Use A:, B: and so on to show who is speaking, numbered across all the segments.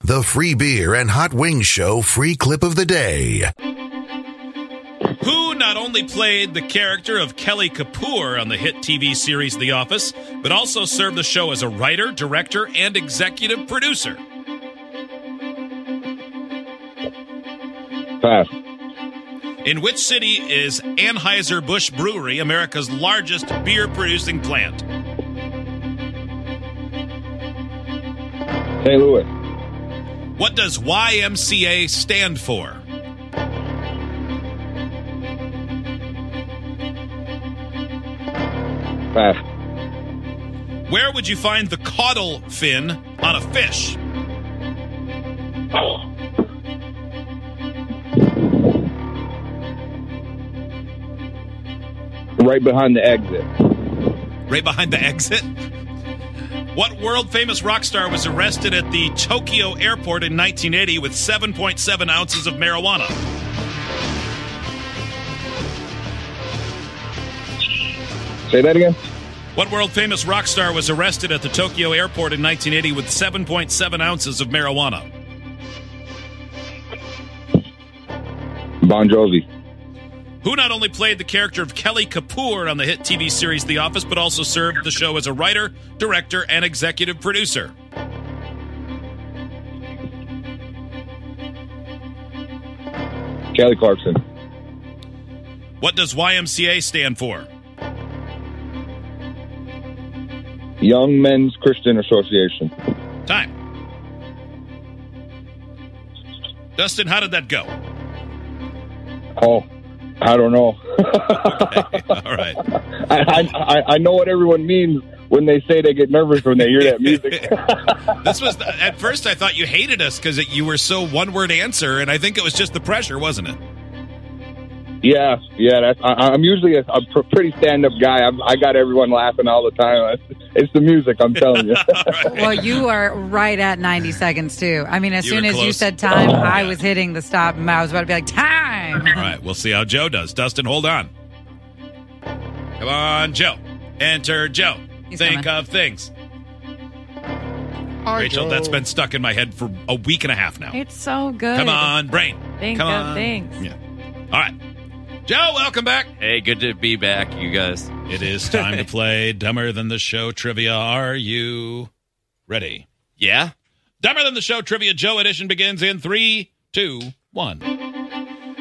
A: The free beer and hot wings show free clip of the day.
B: who not only played the character of Kelly Kapoor on the hit TV series The Office, but also served the show as a writer, director, and executive producer.
C: Pass.
B: In which city is Anheuser-Busch Brewery, America's largest beer producing plant?
C: St. Louis.
B: What does YMCA stand for?
C: Pass.
B: Where would you find the caudal fin on a fish?
C: Right behind the exit.
B: Right behind the exit? What world famous rock star was arrested at the Tokyo airport in 1980 with 7.7 ounces of marijuana?
C: Say that again.
B: What world famous rock star was arrested at the Tokyo airport in 1980 with 7.7 ounces of marijuana?
C: Bon Jovi.
B: Who not only played the character of Kelly Kapoor on the hit TV series The Office, but also served the show as a writer, director, and executive producer?
C: Kelly Clarkson.
B: What does YMCA stand for?
C: Young Men's Christian Association.
B: Time. Dustin, how did that go?
C: Oh, I don't know.
B: All right.
C: I, I, I- I know what everyone means when they say they get nervous when they hear that music.
B: This was at first I thought you hated us because you were so one word answer, and I think it was just the pressure, wasn't it?
C: yeah, yeah. That's, I, I'm usually a, a pr- pretty stand-up guy. I'm, I got everyone laughing all the time. It's the music. I'm telling you.
D: Well, you are right at 90 seconds, too. I mean, as
B: You
D: soon
B: were
D: as you
B: close. Oh.
D: said time, I
B: yeah.
D: was hitting the stop and I was about to be like, time.
B: All right, we'll see how Joe does. Dustin, hold on. Come on, Joe. Enter Joe.
D: He's
B: Think
D: coming.
B: of things. Rachel, that's been stuck in my head for a week and a half now.
E: It's so good.
B: Come on, brain.
E: Think
B: Come
E: of
B: on.
E: things.
B: Yeah. All right. Joe, welcome back.
F: Hey, good to be back, you guys.
B: It is time to play Dumber Than the Show Trivia. Are you ready?
F: Yeah?
B: Dumber Than the Show Trivia Joe edition begins in three, two, one.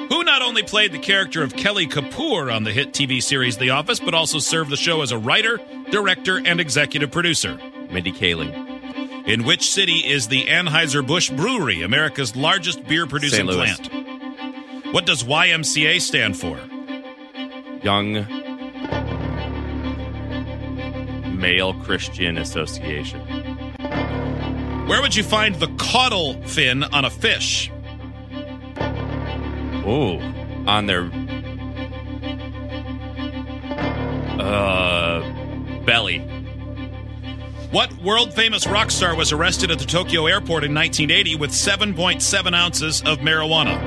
B: Who not only played the character of Kelly Kapoor on the hit TV series The Office, but also served the show as a writer, director, and executive producer?
F: Mindy Kaling.
B: In which city is the Anheuser-Busch Brewery, America's largest beer producing
F: St. Louis.
B: plant? What does YMCA stand for?
F: Young Male Christian Association.
B: Where would you find the caudal fin on a fish?
F: Ooh. On their uh belly.
B: What world famous rock star was arrested at the Tokyo airport in 1980 with 7.7 ounces of marijuana?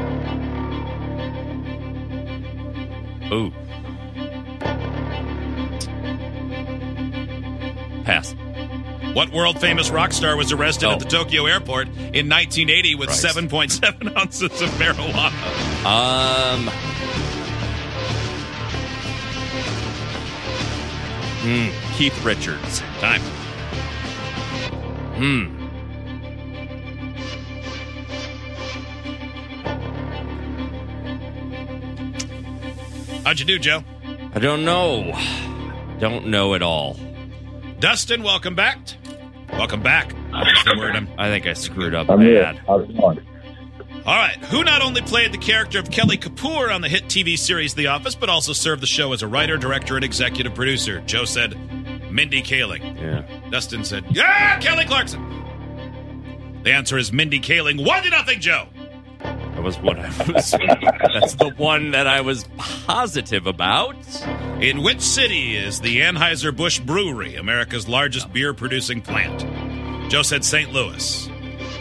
F: Ooh. Pass.
B: What world famous rock star was arrested
F: Oh.
B: at the Tokyo airport in 1980 with
F: Christ.
B: 7.7 ounces of marijuana?
F: Um. Hmm. Keith Richards.
B: Time.
F: Hmm.
B: How'd you do, Joe?
F: I don't know. Don't know at all.
B: Dustin, welcome back. Welcome back. That's the word I'm-
F: I think I screwed up
C: I'm here.
F: bad.
C: I was on.
B: All right. Who not only played the character of Kelly Kapoor on the hit TV series The Office, but also served the show as a writer, director, and executive producer? Joe said, Mindy Kaling.
F: Yeah.
B: Dustin said, Yeah, Kelly Clarkson. The answer is Mindy Kaling. One to nothing, Joe.
F: That was what I was. that's the one that I was positive about.
B: In which city is the Anheuser-Busch Brewery, America's largest beer producing plant? Joe said St. Louis.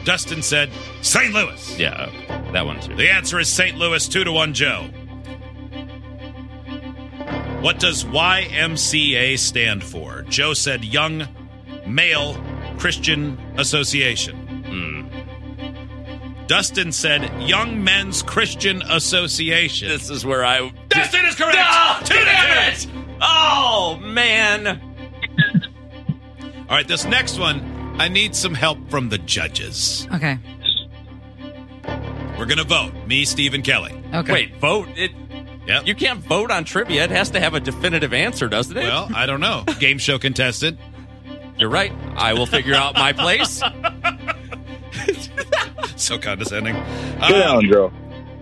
B: Dustin said St. Louis.
F: Yeah. That one too.
B: The answer is St. Louis, two to one, Joe. What does YMCA stand for? Joe said Young Male Christian Association.
F: Hmm.
B: Dustin said Young Men's Christian Association.
F: This is where I.
B: Dustin is correct.
F: Oh,
B: Two to
F: damn
B: two.
F: it! Oh, man.
B: All right, this next one, I need some help from the judges.
D: Okay.
B: We're going to vote. Me, Steve, and Kelly.
D: Okay.
F: Wait, vote. It,
B: Yep.
F: you can't vote on trivia. It has to have a definitive answer, doesn't it?
B: well, I don't know. Game show contestant.
F: You're right. I will figure out my place.
B: So condescending.
C: Get
B: Uh,
C: down, Joe.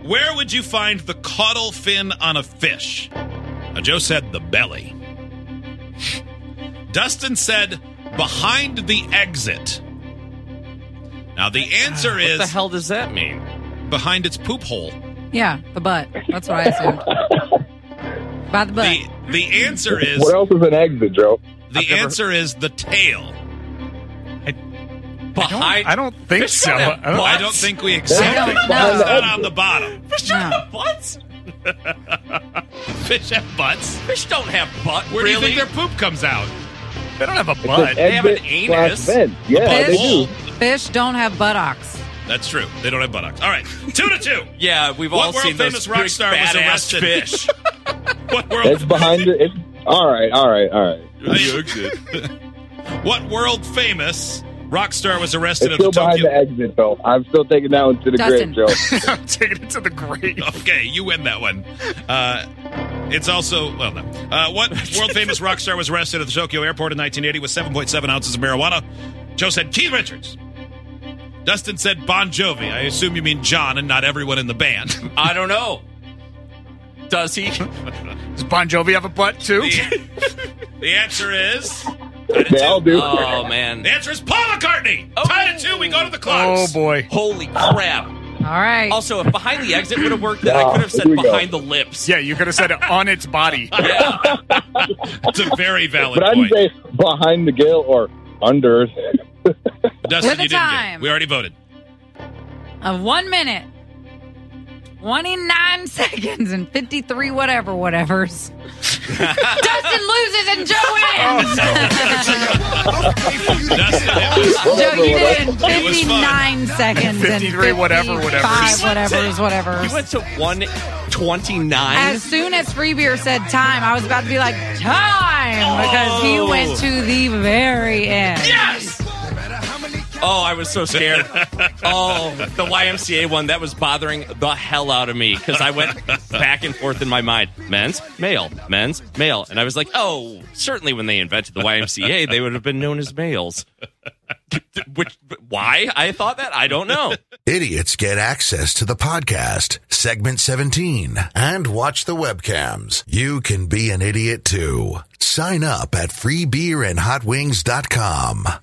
B: where would you find the caudal fin on a fish? Now, Joe said the belly. Dustin said behind the exit. Now, the answer
F: What
B: is
F: the hell does that mean?
B: behind its poop hole.
D: Yeah, the butt. That's what I assumed. By the butt.
B: The, the answer is
C: What else is an exit, Joe?
B: the
F: I've never-
B: answer is the tail.
F: Behind.
E: I don't think
F: Fish
E: so.
F: got a
E: I don't,
B: I
F: butt.
B: don't think we accept
D: I
B: it.
D: don't
B: It's
D: know.
B: not on the bottom.
F: Fish
D: No.
F: don't have butts.
B: Fish have butts.
F: Fish don't have butt.
B: Where
F: really?
B: do you think their poop comes out?
E: they don't have a
C: It's
E: butt.
F: they have an
C: exit slash
F: anus.
C: vent. Yeah, Oh, they
D: Fish,
C: do.
D: fish don't have buttocks.
B: That's true. They don't have buttocks. All right, two to two.
F: Yeah, we've
B: What
F: all
B: world
F: seen those
B: famous rock
F: big
B: star was
F: badass
B: arrested?
F: fish.
B: What
C: It's
B: world?
C: behind it. It's all right, all right, all right.
B: what world famous rock star was arrested
C: It's
B: at the
C: still behind the
B: Tokyo?
C: exit, though. I'm still taking that one to the
D: Dustin.
C: grave, Joe.
E: I'm taking it to the grave.
B: Okay, you win that one. Uh, it's also well, no. Uh, what world famous rock star was arrested at the Tokyo airport in 1980 with 7.7 ounces of marijuana? Joe said Keith Richards. Dustin said Bon Jovi. I assume you mean John and not everyone in the band.
F: I don't know. Does he?
E: Does Bon Jovi have a butt too?
B: The, the answer is.
C: They all do.
F: Oh man!
B: The answer is Paul McCartney.
F: Oh.
B: Tied at two. We go to the
E: Oh
B: clocks.
E: boy.
F: Holy crap!
D: All right.
F: Also, if behind the exit would have worked, then I
C: Wow,
F: could have said
C: here we go.
F: behind the lips.
E: Yeah, you could have said it on its body.
B: That's a very valid
C: But I
B: point.
C: didn't say behind the gill or under.
B: Dustin,
D: With the
B: you didn't get.
D: time.
B: it. We already voted.
D: Of Uh, one minute, 29 seconds, and 53 whatever, whatevers. Dustin loses and Joe wins.
B: Oh, Dustin, it was-
D: Joe, you did it in
B: It was fun.
D: 59 seconds.
E: 53
D: and
E: whatever, whatevers.
D: 55 whatevers,
F: You went
D: whatevers.
F: to one twenty-nine.
D: As soon as Free Beer said time, I was about to be like, time, because he went to the very end.
F: Yes. Oh, I was so scared. oh, the YMCA one that was bothering the hell out of me because I went back and forth in my mind. Men's male, men's male, and I was like, oh, certainly when they invented the YMCA, they would have been known as males. Which why I thought that I don't know.
A: Idiots get access to the podcast, segment 17, and watch the webcams. You can be an idiot too. Sign up at freebeerandhotwings.com.